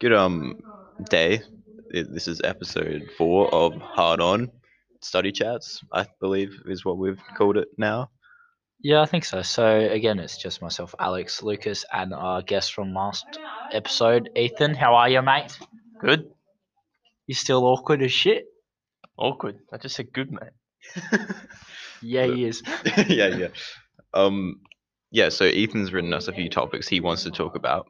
Good um day. I- This is episode four of Hard On Study Chats. I believe is what we've called it now. Yeah, I think so. So again, it's just myself, Alex, Lucas, and our guest from last episode, Ethan. How are you, mate? Good. You still awkward as shit? Awkward. I just said good, mate. Yeah, he Uh, is. yeah, yeah. Um, yeah. So Ethan's written us a few topics he wants to talk about.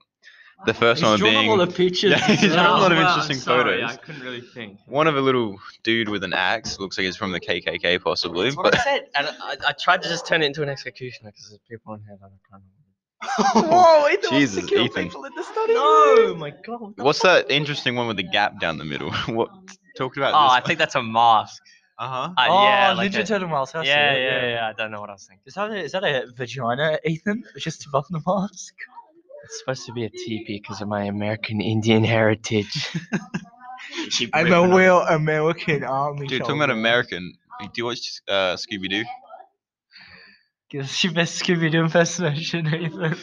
The first He's one drawn being a lot of pictures. Yeah, he's as drawn a well. lot of wow, interesting Oh, sorry, photos. I couldn't really think. one of a little dude with an axe. Looks like he's from the KKK, possibly. That's what But I said. And I, I tried to just turn it into an executioner because there's people on here that I can't Ethan wants to Jesus, kill Ethan. people in the study. No, my god. what the what's fuck? that interesting one with the gap down the middle? what talked about? Oh, I think that's a mask. Uh huh. Uh, oh, yeah, Ninja like a- Turtle mouse. I see yeah, it, yeah, yeah, I don't know what I was thinking. Is that a, is that a vagina, Ethan? Just above the mask. It's supposed to be a teepee because of my American Indian heritage. real American army. Dude, talking about American. Do you watch uh, Scooby Doo? Gives your best Scooby Doo impersonation, Ethan.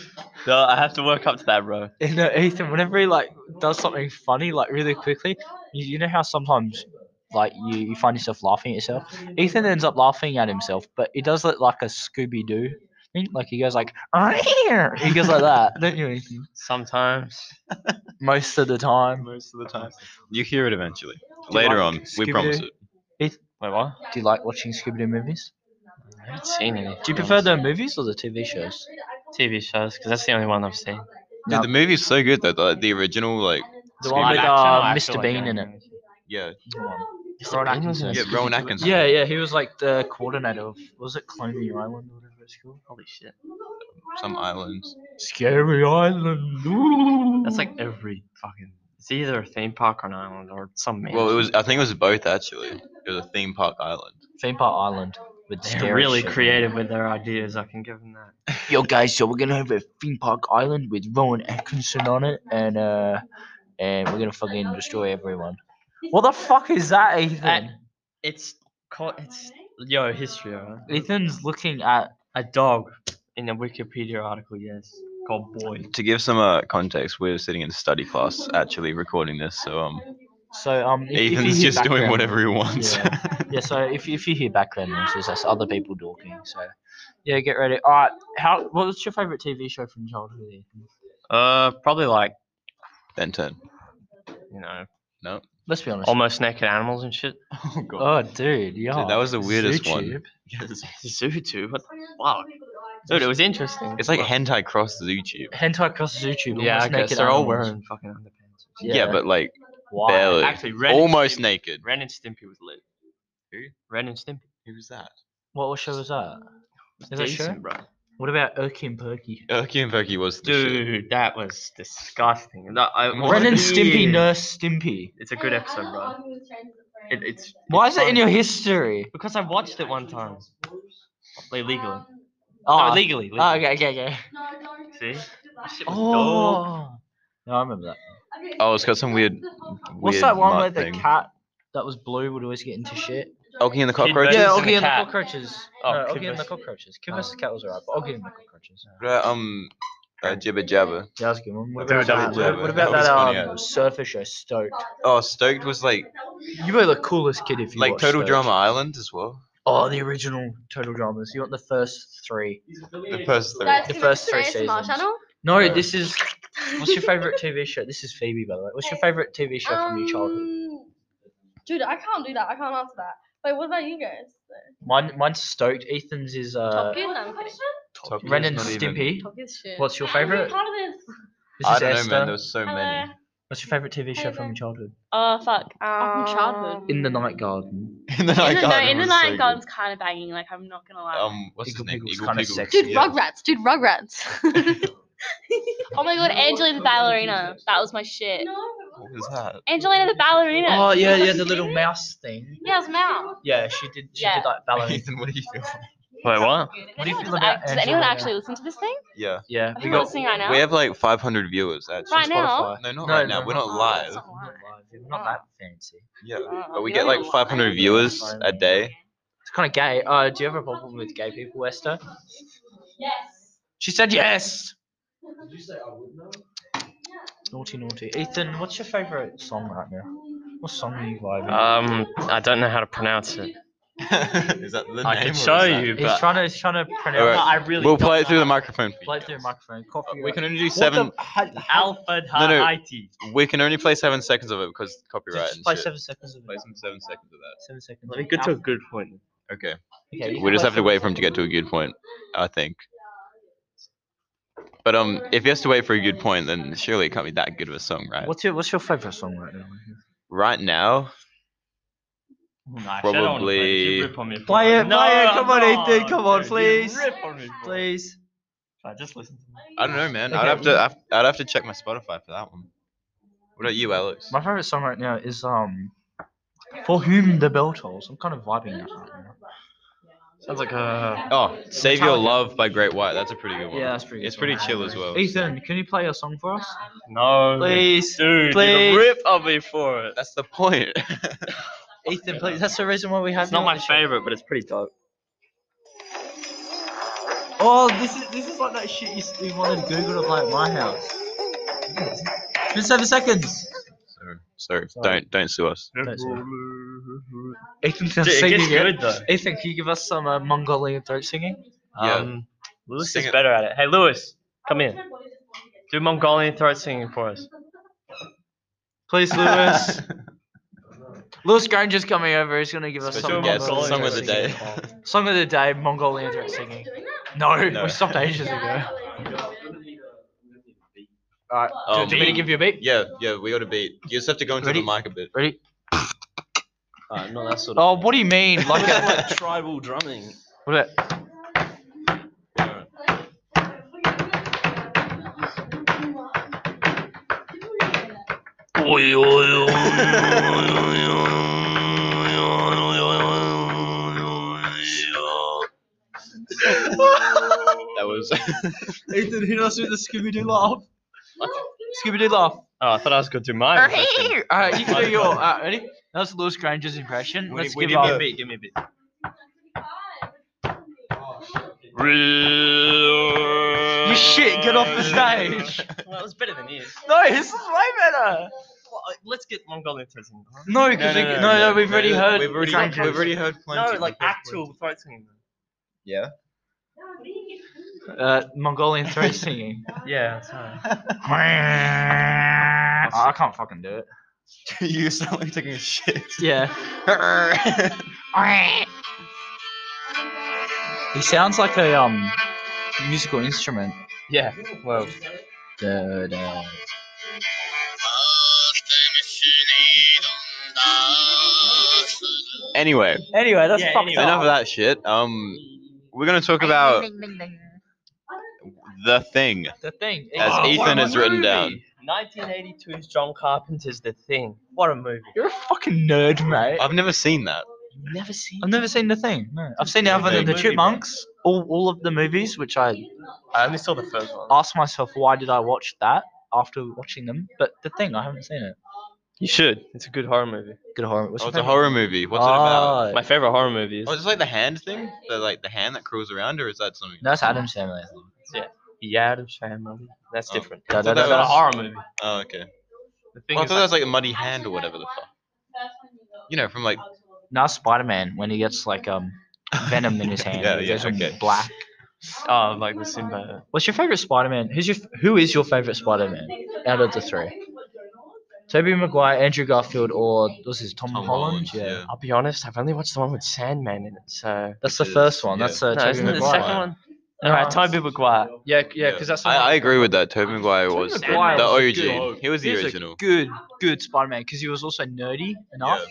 No, I have to work up to that, bro. You know, Ethan, whenever he like does something funny, like really quickly, you, you know how sometimes like you, you find yourself laughing at yourself. Ethan ends up laughing at himself, but he does it like a Scooby Doo thing. Like he goes like, "Arrgh!" he goes like that, don't you, Ethan? Sometimes. Most of the time. Most of the time. You hear it eventually. Later like on, we Scooby-Doo? promise it. Wait, what? Do you like watching Scooby Doo movies? I haven't seen any. Do you prefer the movies or the TV shows? TV shows? Because that's the only one I've seen. Dude, No. the movie's so good though. Like the original, like The one Scooby-Doo. Live with uh, action, Mr. live Bean in it. action. yeah, Rowan Bean was in yeah, Atkinson. Scooby-Doo. Rowan Atkinson. Yeah, yeah, he was like the coordinator of was it Cloney Island or whatever it's called? Holy shit. some islands. Scary Island. ooh. That's like every fucking. It's either a theme park on an island or some man. Well, it was. I think it was both actually. It was a theme park island. theme park island with They're really creative with their ideas. I can give them that. Yo guys, so we're gonna have a theme park island with Rowan Atkinson on it, and uh, and we're gonna fucking destroy everyone. What the fuck is that, Ethan? It's called. It's yo history. Right? Ethan's looking at. A dog in a Wikipedia article. Yes, called boy. To give some uh, context, we're sitting in study class actually recording this. So um, So um, if- if you Ethan's hear just doing background- whatever he wants. Yeah. yeah. So if if you hear background noises, that's other people talking. So yeah, get ready. All right. How? What's your favorite TV show from childhood? Ethan? Uh, probably like ben 10. you know No. Let's be honest. almost naked animals and shit. Oh god. oh, dude, yeah. Dude, that was the weirdest one. Zootube. Yes. Zootube. What the fuck? Dude, it was interesting. It's like hentai cross YouTube. Hentai cross Zootube. yeah, I almost guess naked they're all animals. wearing fucking underpants. Yeah, Yeah. but like Why? barely. Actually, Ren almost and Stimpy, naked. Ren and Stimpy was lit. Who? Ren and Stimpy. Who's that? What, what show was that? Is that Decent, sure? bro. What about Erky and Perky? Erky and Perky was the shit. Dude, that was disgusting. That, I, Ren Ren and Stimpy, Yeah. Nurse Stimpy. It's a good episode, bro. It, it's Why it's is it in fun. your history? Because I watched it one time. Like legally. Oh, no, legally. legally. oh, okay, okay, okay. See? That shit was dope. Oh, no, I remember that. Oh, it's got some weird. What's weird that one where mud the thing. cat that was blue would always get into shit? Oggy and the cockroaches. Yeah, Yeah, Oggy and the Oggy and the Cat. cockroaches. Oh, no, Kid Oggy and the versus- cockroaches. Kid vs. Cat was alright, but Oggy and the cockroaches. What about, um, uh, Jibber Jabber. Yeah, that was a good one. What Dude, about that that, was what, good. what about That that, was funny, um, yeah. surfer show, Stoked? Oh, Stoked was like You were the coolest kid if you like watched Total Stoked. Drama Island as well. Oh, the original Total Dramas. You want the first three? The first three. The first three seasons. channel? No, Yeah. this is. What's your favorite TV show? This is Phoebe, by the way. What's your favorite TV show from your childhood? Um, Dude, I can't do that. I can't answer that. Wait, what about you guys? Mine, mine's Stoked. Ethan's is uh, Top Gear? No, I'm kidding. Top Gear's Ren and not even- Stimpy. Top Gear's shit. What's your I'm favorite? part of this. This I is don't know, Esther. man. There's so Hello. many. What's your favorite TV show from Hey there. your childhood? Oh fuck. Oh, from childhood. um, In the Night Garden. in the In the, no, in the was so night good. garden's kind of banging. Like I'm not gonna Oh lie. Um, what's Eagle his name? Piggle's Eagle kinda Piggle. sexy. dude, yeah. Rugrats. Dude, Rugrats. oh my god, Angelina the ballerina. That was my shit. What was that? Angelina the ballerina. Oh yeah, yeah, the little mouse thing. Yeah, it's Mal. Yeah, she did. She Yeah. did like ballet. Ethan, what do you feel? Wait, What what? do you Does anyone feel just about act- Does anyone Angelina? actually listen to this thing? Yeah. Yeah, we Are people got listening right now? We have like 500 viewers actually. Right now? Oh, Spotify. No, not No, right no, now. We're no. not live. Not We're live. We're not that fancy. Yeah. Oh, But we you get don't like even 500 lie. viewers Fine. a day. It's kind of gay. Uh, do you have a problem with gay people, Esther? Yes. She said yes. Naughty, naughty. Ethan, what's your favorite song right now? What song are you vibing? Um, I don't know how to pronounce it. is that the I name can or show is that- you, he's but trying to, he's trying to pronounce. Alright. I really. We'll don't play it know through the how- microphone. for Play you it through the guys. microphone. Copyright. We can only do What seven. the- how- how- Alpha No, no. Haiti. We can only play seven seconds of it because copyright just and play shit. seven seconds of Play it. some seven seconds of that. Seven seconds. Let me get to a good point. Okay. Okay, you We can just play have to seven wait for him to seconds. get to a good point, I think. But um, if he has to wait for a good point, then surely it can't be that good of a song, right? What's your What's your favorite song right now? Right now, Probably- Play it, play it, come on, Ethan, come on, please. Rip on me, for it. Please. Alright, just listen to me. I don't know, man. I'd Okay. have to I've- I'd have to check my Spotify for that one. What about you, Alex? My favorite song right now is um, For Whom the Bell Tolls. I'm kind of vibing that right now. Sounds like uh, a. Oh, Save Your Metallica. Love by Great White. That's a pretty good one. Yeah, that's pretty. It's pretty chill as well. Ethan, can you play a song for us? No. Please, Dude, please. you rip on me for it. That's the point. Ethan, please. That's the reason why we have. It's not you on my the show. favorite, but it's pretty dope. Oh, this is this is like that shit you We wanted Google to play at my house. Just seven seconds. Sorry, sorry, Sorry. don't don't sue us. That's all. Dude, Ethan can it sing gets again. good though. Ethan, can you give us some uh, Mongolian throat singing? Yeah. Um, Lewis Sing is it. better at it. Hey, Lewis, come in. Do Mongolian throat singing for us. Please, Lewis. Lewis Granger's coming over. He's gonna give us Special some guest, Mongolian song of throat the singing. day. Song of the day, Mongolian throat singing. No, No. we stopped ages ago. Alright, Oh, Um, do you want me to give you a beat? Yeah, yeah, we got a beat. You just have to go into Ready? the mic a bit. Ready? Uh, not that sort Oh, what do you mean? Like, a- tribal drumming. what about- That was Ethan hit us with the Scooby Doo laugh. Scooby Doo laugh. Oh, I thought I was going to do mine. impression. Alright, Uh, you can do your. Alright, ready? That was Lewis Granger's impression. Let's we give did our the- beat, give me a beat. You shit, get off the stage. Well, that was better than his. No, this is way better. Well, uh, let's get Mongolian throat singing. huh? No, because no, no, we've already heard. We've already, Granger's- we've already heard plenty. No, like We've heard actual throat singing. plenty. Uh, Mongolian throat singing. Yeah, sorry. Oh, I can't fucking do it. Yeah. you sound like taking a shit. Yeah. That's He sounds like a um musical instrument. Yeah, well, Da, da. Anyway, Anyway, that's Yeah, fucked anyway. enough up. of that shit. Um, we're gonna talk about the thing. The thing. As Oh, Ethan what a has written down. 1982's John Carpenter's The Thing. What a movie. You're a fucking nerd, mate. I've never seen that. You've never seen I've never seen the thing. No, I've seen Alvin and the Movie, bro. Chipmunks, all, all of the movies, which I I only saw the first one. asked myself why did I watch that after watching them. But the thing, I haven't seen it. You should. It's a good horror movie. Good horror. What's Oh, your it's a favourite? horror movie. What's it about? Oh, My favorite horror movie is Oh, it's like the hand thing. The like the hand that crawls around, or is that something? No, it's Adam's family. The Addams Family. That's Oh. different. Da, da, That's da, That's not a da. horror movie. Oh, okay. The Well, thing I is, thought that was like a muddy hand or whatever the fuck. You know, from like No, Spider Man when he gets like um venom in his hand. Yeah, he yeah, goes all okay. Black. oh, like the Simba. What's your favorite Spider Man? Who's your Who is your favorite Spider Man out of the three? Tobey Maguire, Andrew Garfield, or what's his Tom, Tom Holland? Holland, Yeah. yeah. I'll be honest, I've only watched the one with Sandman in it, so. That's the Which first is- one. yeah. That's uh, No, Tobey isn't it the Maguire. second one? No, Alright, Toby Maguire. Yeah, yeah, because that's. the one- I, I agree with that. Toby Maguire Tobey was the, Maguire the was origin. good. He was the He was a original, good, good Spider-Man because he was also nerdy enough.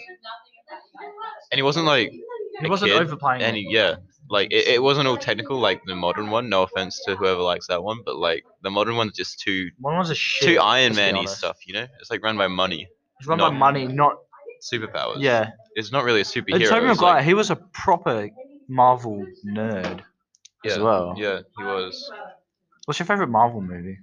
and he wasn't like He a wasn't kid, overplaying and it. he, yeah, like it, it wasn't all technical like the modern one. No offense to whoever likes that one, but like the modern one's just too One was a shit. too Iron let's be Man-y honest. stuff. You know, it's like run by money, It's run not- by money, not superpowers. yeah. it's not really a superhero. And Tobey it's Maguire, like- he was a proper Marvel nerd as Yeah, well. yeah, he was. What's your favorite Marvel movie?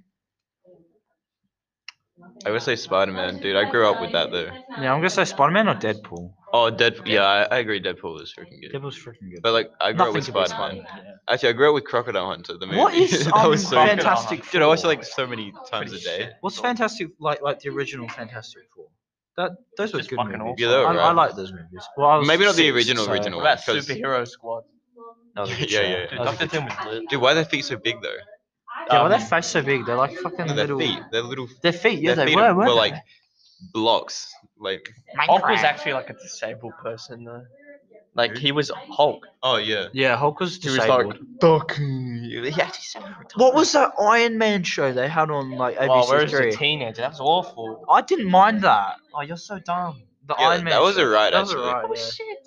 I would say Spider Man, dude. I grew up with that though. Yeah, I'm gonna say Spider Man or Deadpool. Oh, Deadpool. Yeah, I, I agree. Deadpool is freaking good. Deadpool's freaking good. But like, I grew up with Nothing compares Spider to Man. Spider-Man. Actually, I grew up with Crocodile Hunter. The movie. What is that um, was so good. Fantastic Dude, I watched it Four? like so many times a day. What's Fantastic like like the original Fantastic Four? That those were Just good fucking movies. Yeah, they were I, I right. like those movies. Well, I was Maybe not the six, original, so- original What one. about 'cause- Superhero Squad? That was a good Yeah, show. yeah, yeah. That Dude, was a Doctor good Tim show. was lit. Dude, why are their feet so big though? Yeah, well, Um, their face so big. They're like fucking No, their little. feet, their little, Their feet, yeah, their they feet were, were, weren't like blocks. Like, Hulk was actually like a disabled person though. Like he was Hulk. oh yeah. they? Yeah, Hulk was He was disabled. like Doc. He actually sounded retarded. what was that Iron Man show they had on like Well, whereas a ABC3? teenager, that was awful. I didn't mind that. Oh, you're so dumb. The Yeah, Iron Man. that was show. alright, That was actually. alright, Oh yeah. shit.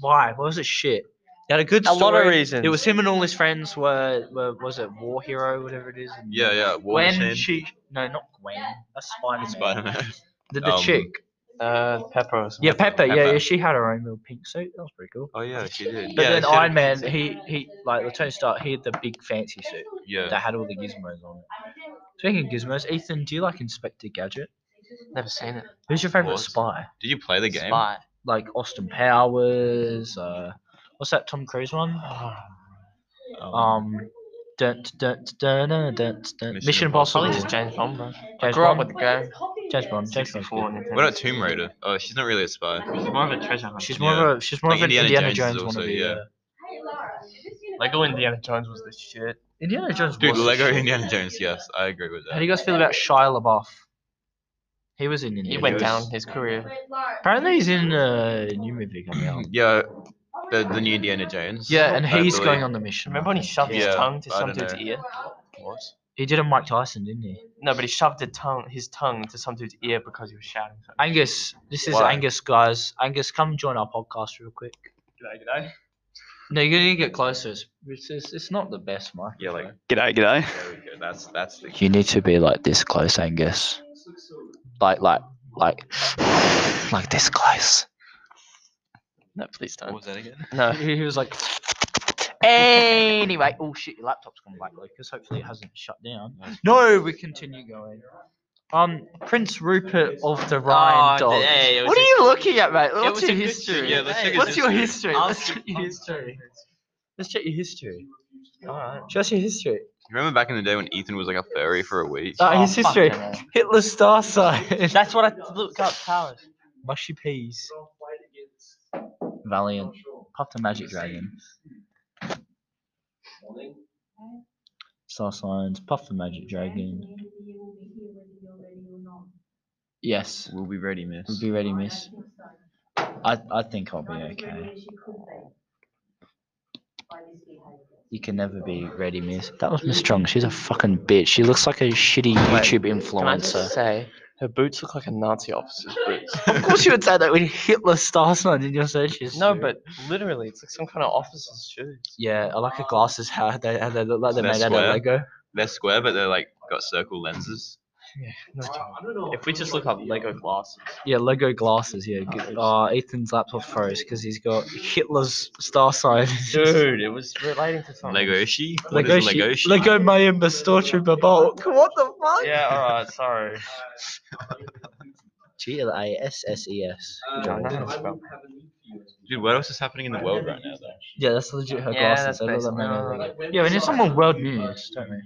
Why? Why was it shit? He had a good A story. lot of reasons. It was him and all his friends were, were was it War Hero, whatever it is. and Yeah, yeah. War Gwen, Machine, she no, not Gwen. That's Spider Spider Man. The, the Um, chick. Uh, Pepper. Or something. Yeah, Pepper. Yeah, Pepper. yeah. She had her own little pink suit. That was pretty cool. Oh yeah, she did. But yeah, then she had a Iron Man, pink he he like the Tony Stark, he had the big fancy suit suit. Yeah. that had all the gizmos on it. Speaking of gizmos, Ethan, do you like Inspector Gadget? Never seen it. Who's your favorite What? spy? Did you play the game? Spy. Like Austin Powers. Uh, what's that Tom Cruise one? Oh. Um, dun, dun, dun, dun, dun, dun, Mission Mission Impossible. Impossible. Probably just James Bond, bro. I James grew up Bond? with the game. James Bond. James Bond's 64 good. What about Tomb Raider? Oh, she's not really a spy. She's more of a treasure hunter. She's more of a she's more Like of an Indiana Indiana, Jones Jones, is one also, of the. yeah. uh, Lego Indiana Jones was the shit. Indiana Jones. Dude, was the Lego shit. Indiana Jones. Yes, I agree with How do that. you guys feel about Shia LaBeouf? He was in. He Indiana went Jones. down his career. Apparently, he's in a new movie coming out. Yeah, the the new Indiana Jones. Yeah, and I he's believe. going on the mission. Remember when he shoved Yeah, his tongue to I some don't dude's know. ear? What? He did a Mike Tyson, didn't he? No, but he shoved a tongue, his tongue to some dude's ear because he was shouting. something. Angus, this is Why? Angus, guys. Angus, come join our podcast real quick. No, you're gonna get closer. It's, it's, it's- it's not the best, Mike. Yeah, like G'day, g'day. there we go. That's that's the. You need to be like this close, Angus. Like, like, like, like this close. No, please don't. was that again? No. He was like. Anyway, oh shit, your laptop's gone black, Lucas. Hopefully, it hasn't shut down. No, we continue going. Um, Prince Rupert of the Rhine Oh, Dogs. yeah, it was what are a- you looking at, mate? was What's a your good history? shoot, yeah, let's check his What's your history. history? I'll Let's check- check your I'll history. Let's check your history. Alright. Show us your history. You remember back in the day when Ethan was like a furry for a week? Uh, his Oh, fuck history. yeah, man. Hitler star sign. That's what I looked up, powers. Mushy peas. Valiant. Puff the magic dragon. Star signs. Puff the magic dragon. Yes. We'll be ready, We'll miss. be ready, miss. I, I think I'll be okay. You can never be ready, miss. That was Miss Strong. She's a fucking bitch. She looks like a shitty YouTube Can I just influencer. say, her boots look like a Nazi officer's boots. Of course you would say that with Hitler star sign in your searches. no, but literally, it's like some kind of officer's shoes. Yeah, I like her glasses, how they, how they look like they're That's made out square. of Lego. They're square, but they're like got circle lenses. No joke. If we just look up Lego glasses, Yeah, Lego glasses, yeah. G- Oh, Ethan's laptop froze because he's got Hitler's star sign. dude, it was relating to something. Legoshi. What Lego, is she- Legoshi? Lego Mayim Stormtrooper Bulk. What the fuck? Yeah, alright, sorry. G L A S S E S. I know how to spell. Dude, what else is happening in the world right now? Though? Yeah, that's legit her Yeah, glasses. that's they look like basically- made out of no, Lego. Yeah, we need someone world news, don't we?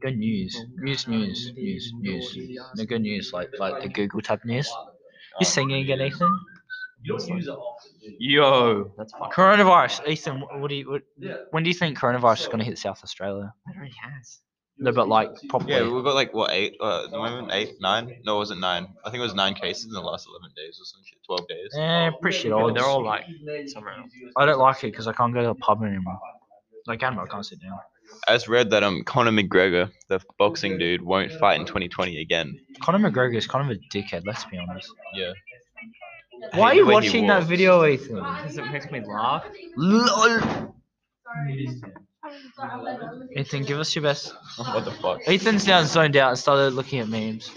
Good news, news, news, news, news. No good news, like like the Google tab news. You singing again, Ethan? Yo. That's fine. Coronavirus, Ethan. wh- What do you? What, When do you think coronavirus is going to hit South Australia? It already has. No, but like properly. Yeah, we've got like what eight uh, at the moment? Eight, nine? No, it wasn't nine. I think it was nine cases in the last eleven days or some shit. Twelve days. Eh, pretty shit Oh, odds. they're all like somewhere else. I don't like it because I can't go to the pub anymore. Like, I can't sit down. I just read that um Conor McGregor, the boxing dude, won't fight in 2020 again. Conor McGregor is kind of a dickhead. Let's be honest. Yeah. Why are hate you the way he watching that walks. video, Ethan? Because it makes me laugh. Lol. Ethan, give us your best. What the fuck? Ethan's now zoned out and started looking at memes.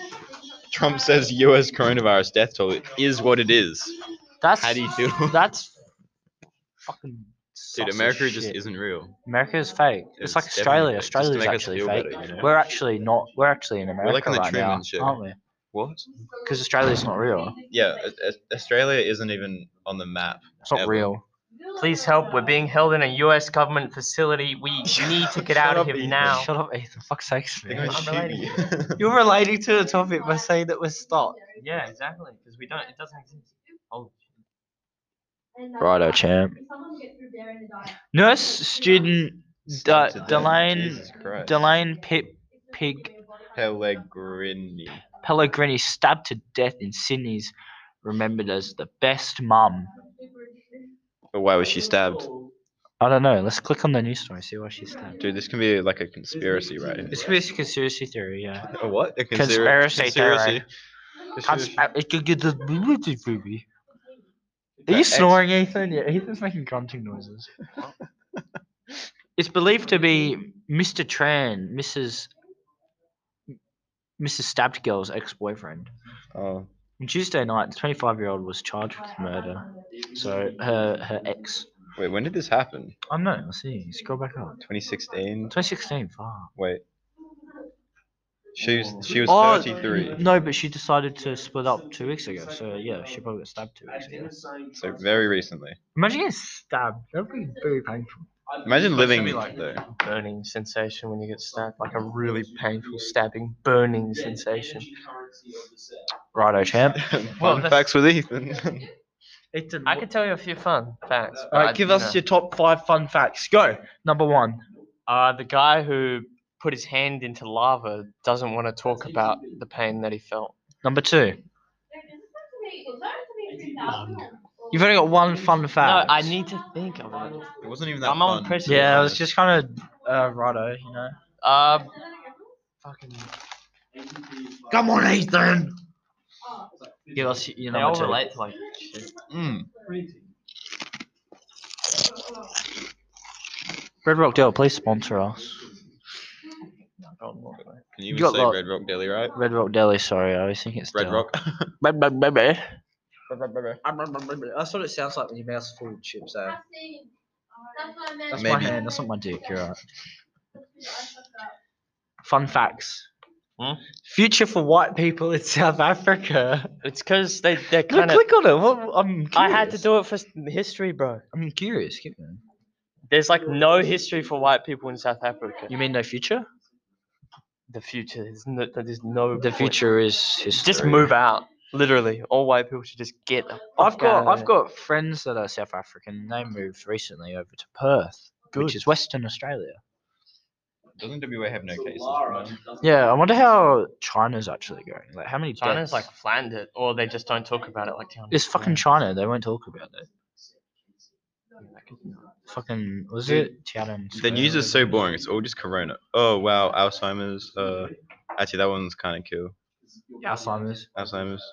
Trump says U.S. coronavirus death toll is what it is. That's How do you feel? that's fucking Dude, such a America just shit. isn't real. America is fake. It's, like definitely fake, Australia. just to Australia's make us actually feel fake. better, you know? We're actually not. We're actually in America like on the right Truman now, Show. aren't we? What? Because Australia's not real. Yeah, A- A- Australia isn't even on the map. It's not Ever. real. Please help. We're being held in a U.S. government facility. We need to get Shut out of up, here Ethan. now. Shut up, Ethan. Fuck's sakes, They're man. going to shoot relating you. You're relating to the topic by saying that we're stuck. Yeah, exactly. Because we don't. It doesn't exist. Oh, Righto, champ. Nurse student uh, Da- Stunted them. Delane- Jesus Christ. Delane Pip Pig Pellegrini. Pellegrini stabbed to death in Sydney's remembered as the best mum. But why was she stabbed? I don't know. Let's click on the news story, see why she's stabbed. Dude, this can be like a conspiracy right here. It's a conspiracy theory, yeah. A what? A Conspiracy conspiracy. theory. Conspira- it could get the movie, baby. Are Uh, you ex- snoring, Ethan? Yeah, Ethan's making grunting noises. it's believed to be Mr. Tran, Mrs. Mrs. Stabbed Girl's ex-boyfriend. Oh, On Tuesday night, the 25-year-old was charged with murder. So her her ex. wait, when did this happen? Oh, I don't know. Let's see. Scroll back up. 2016. 2016. Far. Wait. She was she was Oh, 33, No, but she decided to split up two weeks ago. So yeah, she probably got stabbed two weeks ago. so very recently. Imagine getting stabbed. That would be very painful. Imagine living be like though. burning sensation when you get stabbed. Like a really painful stabbing, burning sensation. Righto, champ. Well, Fun that's- facts with Ethan. I could tell you a few fun facts. All right, but, give you us know. your top five fun facts. Go. Number one. Uh, the guy who put his hand into lava doesn't want to talk about the pain that he felt. Number two. You've only got one fun fact. No, I need to think of it. It wasn't even that I'm on fun. press- Yeah, it was just kind of uh, righto, you know. Um, Uh, fucking. Come on, Ethan. Give us your number two. to like. Mm. Red Rock Dale, please sponsor us. Can you You even got say lot- Red Rock Deli, right? Red Rock Deli, sorry, I always think it's Red Dell. Rock. Red Rock Deli. That's what it sounds like when your mouth's full of chips, though. That's my Maybe. hand, that's not my dick, you're right. Fun facts. Hmm? Future for white people in South Africa. It's because they they're Look, kind of. click on it. What, I'm curious. I had to do it for s- history, bro. I'm curious. Keep going. There's like no history for white people in South Africa. You mean no future? The future is no, there's no. The point. future is history. Just move out. Literally, all white people should just get. The I've fuck got outta I've there. got friends that are South African. They moved recently over to Perth, which is Western Australia. Doesn't WA have no cases? no? Yeah, I wonder how China's actually going. Like how many China's deaths- like flanned it, or they just don't talk about it like China. it's fucking China. They won't talk about it. Fucking was it Tiananmen? The Square news or is so boring. It's all just corona. Oh wow, Alzheimer's. Uh, actually, that one's kind of cool. whatever? Alzheimer's. Alzheimer's.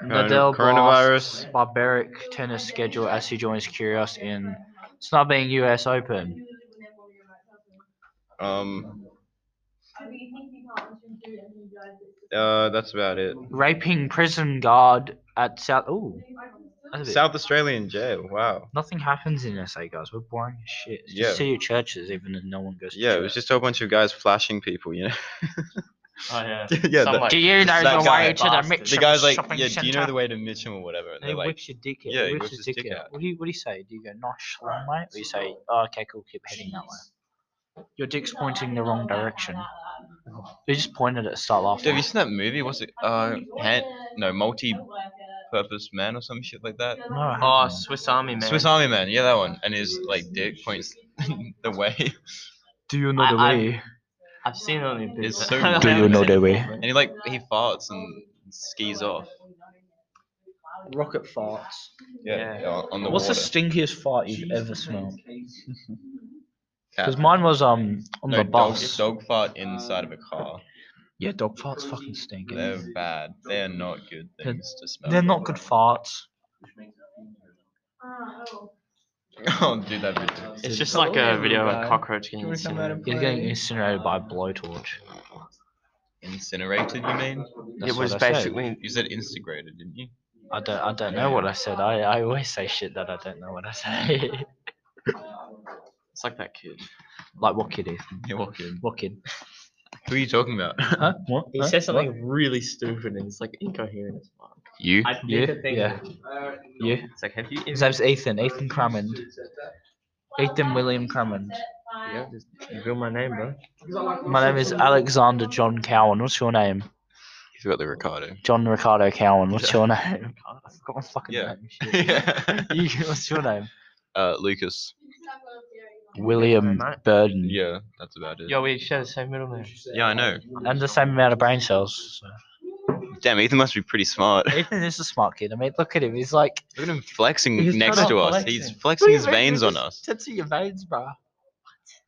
Corona- Nadal coronavirus. blasts barbaric tennis schedule as he joins Kyrgios in snubbing U.S. Open. Um. Uh, that's about it. raping prison guard at South. Oh, South Australian jail. Wow. Nothing happens in SA, guys. We're boring as shit. Just Yeah. see your churches, even if no one goes. To Yeah, it was church. just a whole bunch of guys flashing people. You know. Oh, yeah. yeah. Some, The, like, Do you know that the guy way to the bastard. The the Mitcham guy's like, shopping yeah. Do you know centre?" the way to Mitcham or whatever? And And he they're like, whips your dick out. yeah, he he whips, whips his his dick, dick out. out. What do you What do you say? Do you go nice schlong, mate? Or you say, oh, okay, cool, keep heading that way? Your dick's pointing the wrong direction. They just pointed at start Dude, have laughing. you seen that movie? What's it? Uh, hand, no, multi-purpose man or some shit like that. No, I Oh, haven't. Swiss Army man. Swiss Army Man, yeah, that one. And his like dick points the way, do you I- know the I- way? I've seen it on the internet. It's so I Do you haven't know seen the it. way? and he like he farts and skis off. Rocket farts. Yeah, Yeah. On, on the What's water. the stinkiest fart you've ever smelled? Cat. Because mine was um on no, the dog, bus. dog fart inside of a car. Yeah, dog farts fucking stink. They're bad. They're not good They're- things to smell. They're not good farts. oh, dude, that video. It's just like a video of a cockroach getting incinerated. You're getting incinerated by a blowtorch. Incinerated, you mean? That's It was what I said. basically. You said instigated, didn't you? I don't. I don't know what I said. I, I always say shit that I don't know what I say. It's like that kid. Like what kid, Ethan? You walk in. What kid? Who are you talking about? Huh? What? He Huh? says something really stupid and it's like incoherent as fuck. You? I did Yeah, the thing. uh, yeah. You? It's like, have you? His name's Ethan. Ethan Crummond. Ethan William Crummond. Yeah, just reveal my name, bro. My name is Alexander John Cowan. What's your name? You forgot the Ricardo. John Ricardo Cowan. What's your name? I forgot my fucking Yeah. name. Shit. You, what's your name? uh, Lucas. William Mate. Burden. Yeah, that's about it. Yo, we share the same middle name. Yeah, I know. And the same amount of brain cells. Damn, Ethan must be pretty smart. Ethan is a smart kid. I mean, look at him. He's like Look at him flexing He's next not to us. flexing. He's flexing his veins on us. Tits of your veins, bro.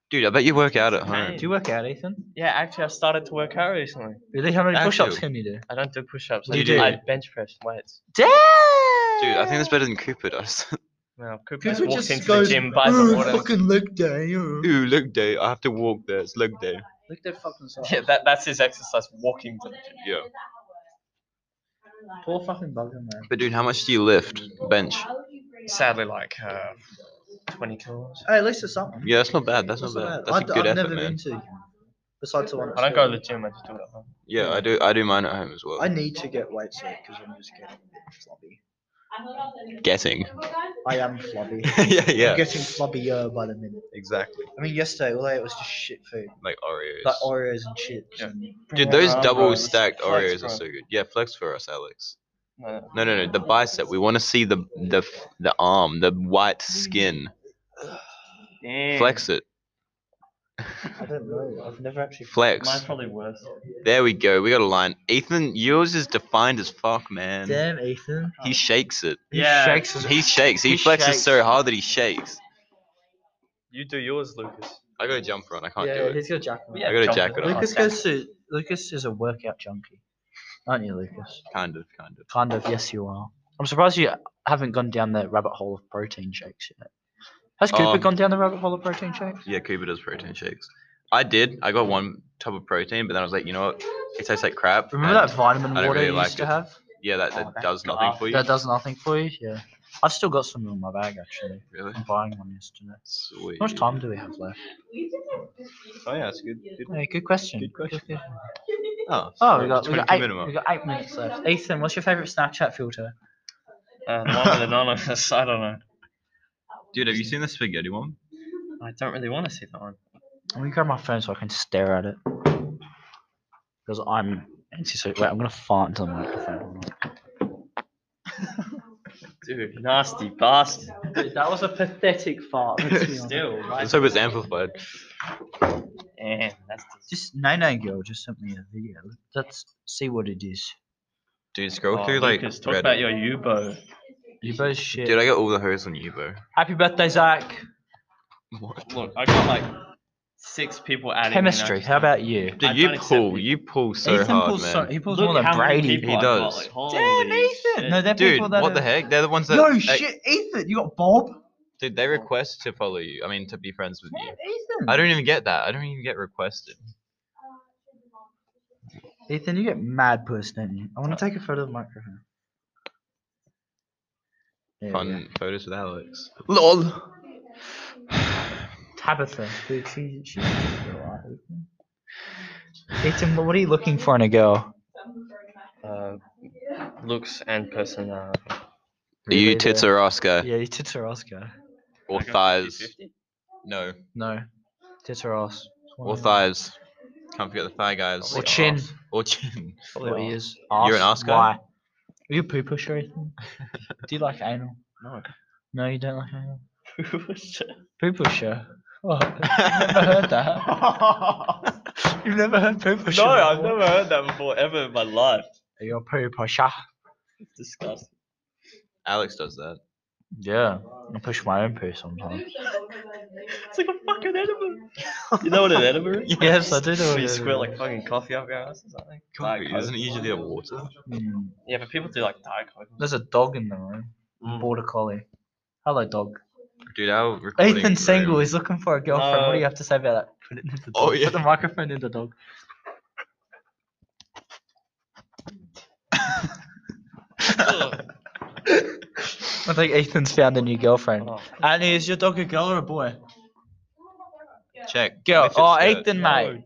Dude, I bet you work out at home. Do you work out, Ethan? Yeah, actually, I started to work out recently. Really? How many Have push-ups you? can you do? I don't do push-ups. You I, do? I bench press weights. Damn. Dude, I think that's better than Cooper does. No, Cooper Cooper just walks just into goes, the gym, buys the water. leg day. uh." Ooh, leg day. I have to walk there. It's leg day. Lick their fucking socks. Yeah, that, that's his exercise, walking to the gym. Yeah. Poor fucking bugger, man. But dude, how much do you lift? Bench. Sadly, like uh, 20 kilos. Hey, at least it's something. Yeah, that's not bad. That's not bad. That's a good effort, man. to. Besides the one. I don't go to the gym, I just do it at home. Yeah, I do. I do mine at home as well. need to get weight set because I'm just getting floppy. Getting. I am floppy. yeah, yeah. getting floppier by the minute. Exactly. I mean, yesterday, all day it was just shit food, Like Oreos. Oreos and chips. Yeah. Dude, those Um, double bro, stacked flex, Oreos are bro. so good. Yeah, flex for us, Alex. No, No, no, no. The bicep. We want to see the the the arm, the white skin. Damn. Flex it. I don't know. I've never actually. Mine's Flex. probably worse. There we go. We got a line. Ethan, yours is defined as fuck, man. Damn, Ethan. He shakes it. He Yeah. shakes his- He shakes. He, He flexes shakes. so hard that he shakes. You do yours, Lucas. I got a jumper on. I can't yeah, do it. he's got jackman. I got a jacket on. Lucas goes to. Lucas is a workout junkie, aren't you, Lucas? Kind of, kind of. Kind of. Yes, you are. I'm surprised you haven't gone down the rabbit hole of protein shakes yet. Has Cooper Um, gone down the rabbit hole of protein shakes? Yeah, Cooper does protein shakes. I did. I got one tub of protein, but then I was like, you know what? It tastes like crap. Remember and that vitamin I don't water really you like used to it. have? Yeah, that, Oh, that that- does nothing for you. That does nothing for you. Yeah, I've still got some in my bag actually. Really? I'm buying one yesterday. Sweet. How much time do we have left? Oh yeah, it's good. good. Hey, good question. Good question. question. Oh, Oh, we're we at got, we, got 22 eight, minimum. we got eight minutes left. Ethan, what's your favourite Snapchat filter? Uh, Love and Anonymous, I don't know. Dude, have you seen the spaghetti one? I don't really want to see that one. Let me grab my phone so I can stare at it. Because I'm anti Wait, I'm going to fart into the microphone. Dude, Ah, nasty bastard. that was a pathetic fart. let's be Still, Let's hope it's amplified. Damn, that's Just Nine Girl just sent me a video. Let's see what it is. Dude, scroll Oh, through like Lucas, talk Reddit. about your Yubo. You both shit. Dude, I got all the hoes on Yubo. Happy birthday, Zach. What? Look, I got like six people adding. Chemistry. How about you? Dude, I you can't accept pull, it. you pull so Ethan hard, pulls man. so- he pulls more than Brady. people He I've got, does. like, Damn, Ethan. No, they're Dude, people that what the are- heck? They're the ones that. No they- shit, Ethan. You got Bob. Dude, they request to follow you. I mean, to be friends with you. Ethan. I don't even get that. I don't even get requested. Ethan, you get mad puss, don't you? I Oh. want to take a photo of the microphone. There we Fun go. photos with Alex. LOL. Tabitha. Dude, she, she, alright, Ethan. Ethan, what are you looking for in a girl? Euh, Uh, looks and personality. you tits the- or Oscar? Yeah, you tits or Oscar. Or thighs? No. No, tits or ass. Or thighs. Can't forget the thigh guys. Or chin. Or chin. Or ears. You're an ass guy? Why? Are you a poo pusher, Ethan? Do you like anal? No. No, you don't like anal. Who Poo pusher. What? You've never heard that. You've never heard poo pusher. No, I've before? never heard that before ever in my life. You're a poo pusher. It's disgusting. Alex does that. Yeah, I push my own poo sometimes. It's like a fucking enema. You know what an enema is? yes, I do know. So what you it squirt is. like fucking coffee up your ass or something. Coffee. Diet Isn't it Coke. usually a water? Hmm. Yeah, but people do like Diet Coke. There's a dog in the room. Mm. Border collie. Hello, dog. Dude, our recording Ethan single room- is looking for a girlfriend. what do No. you have to say about that? Put it in the dog. Oh, yeah. Put the microphone in the dog. I think Ethan's found a new girlfriend. Oh. Annie, is your dog a girl or a boy? Check. Go. lift your Oh, skirt. Ethan, mate.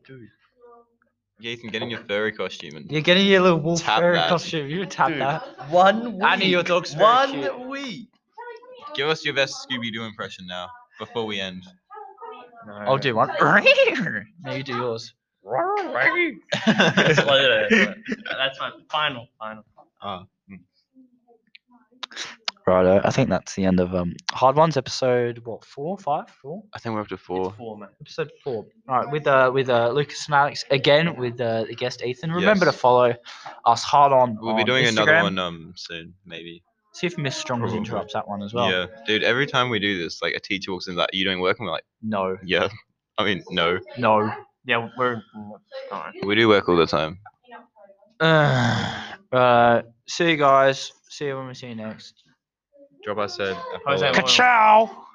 Yeah, Ethan, get in your furry costume and You're getting your little wolf Tap fairy that. costume. You tap Dude. that. One week. Annie, your dog's very One cute. week. give us your best Scooby Doo impression now before we end. I'll do one. no, you do yours. That's my final, final. Righto. I think that's the end of um hard ones episode. What four, five, four? I think we're up to It's four. four, mate. Episode four. All right, with uh with uh Lucas Malix again with uh, the guest Ethan. Remember Yes. to follow us hard on. We'll be on doing another Instagram. one um soon, maybe. See if Miss Strongers Probably. interrupts that one as well. Yeah, dude. Every time we do this, like a teacher walks in, like, "Are you doing work?" and we're like, No, "Yeah." I mean, no, no. Yeah, we're. Alright. we do work all the time. Uh, uh, see you guys. See you when we see you next. Job I said. Jose, Apollo. what- Ciao.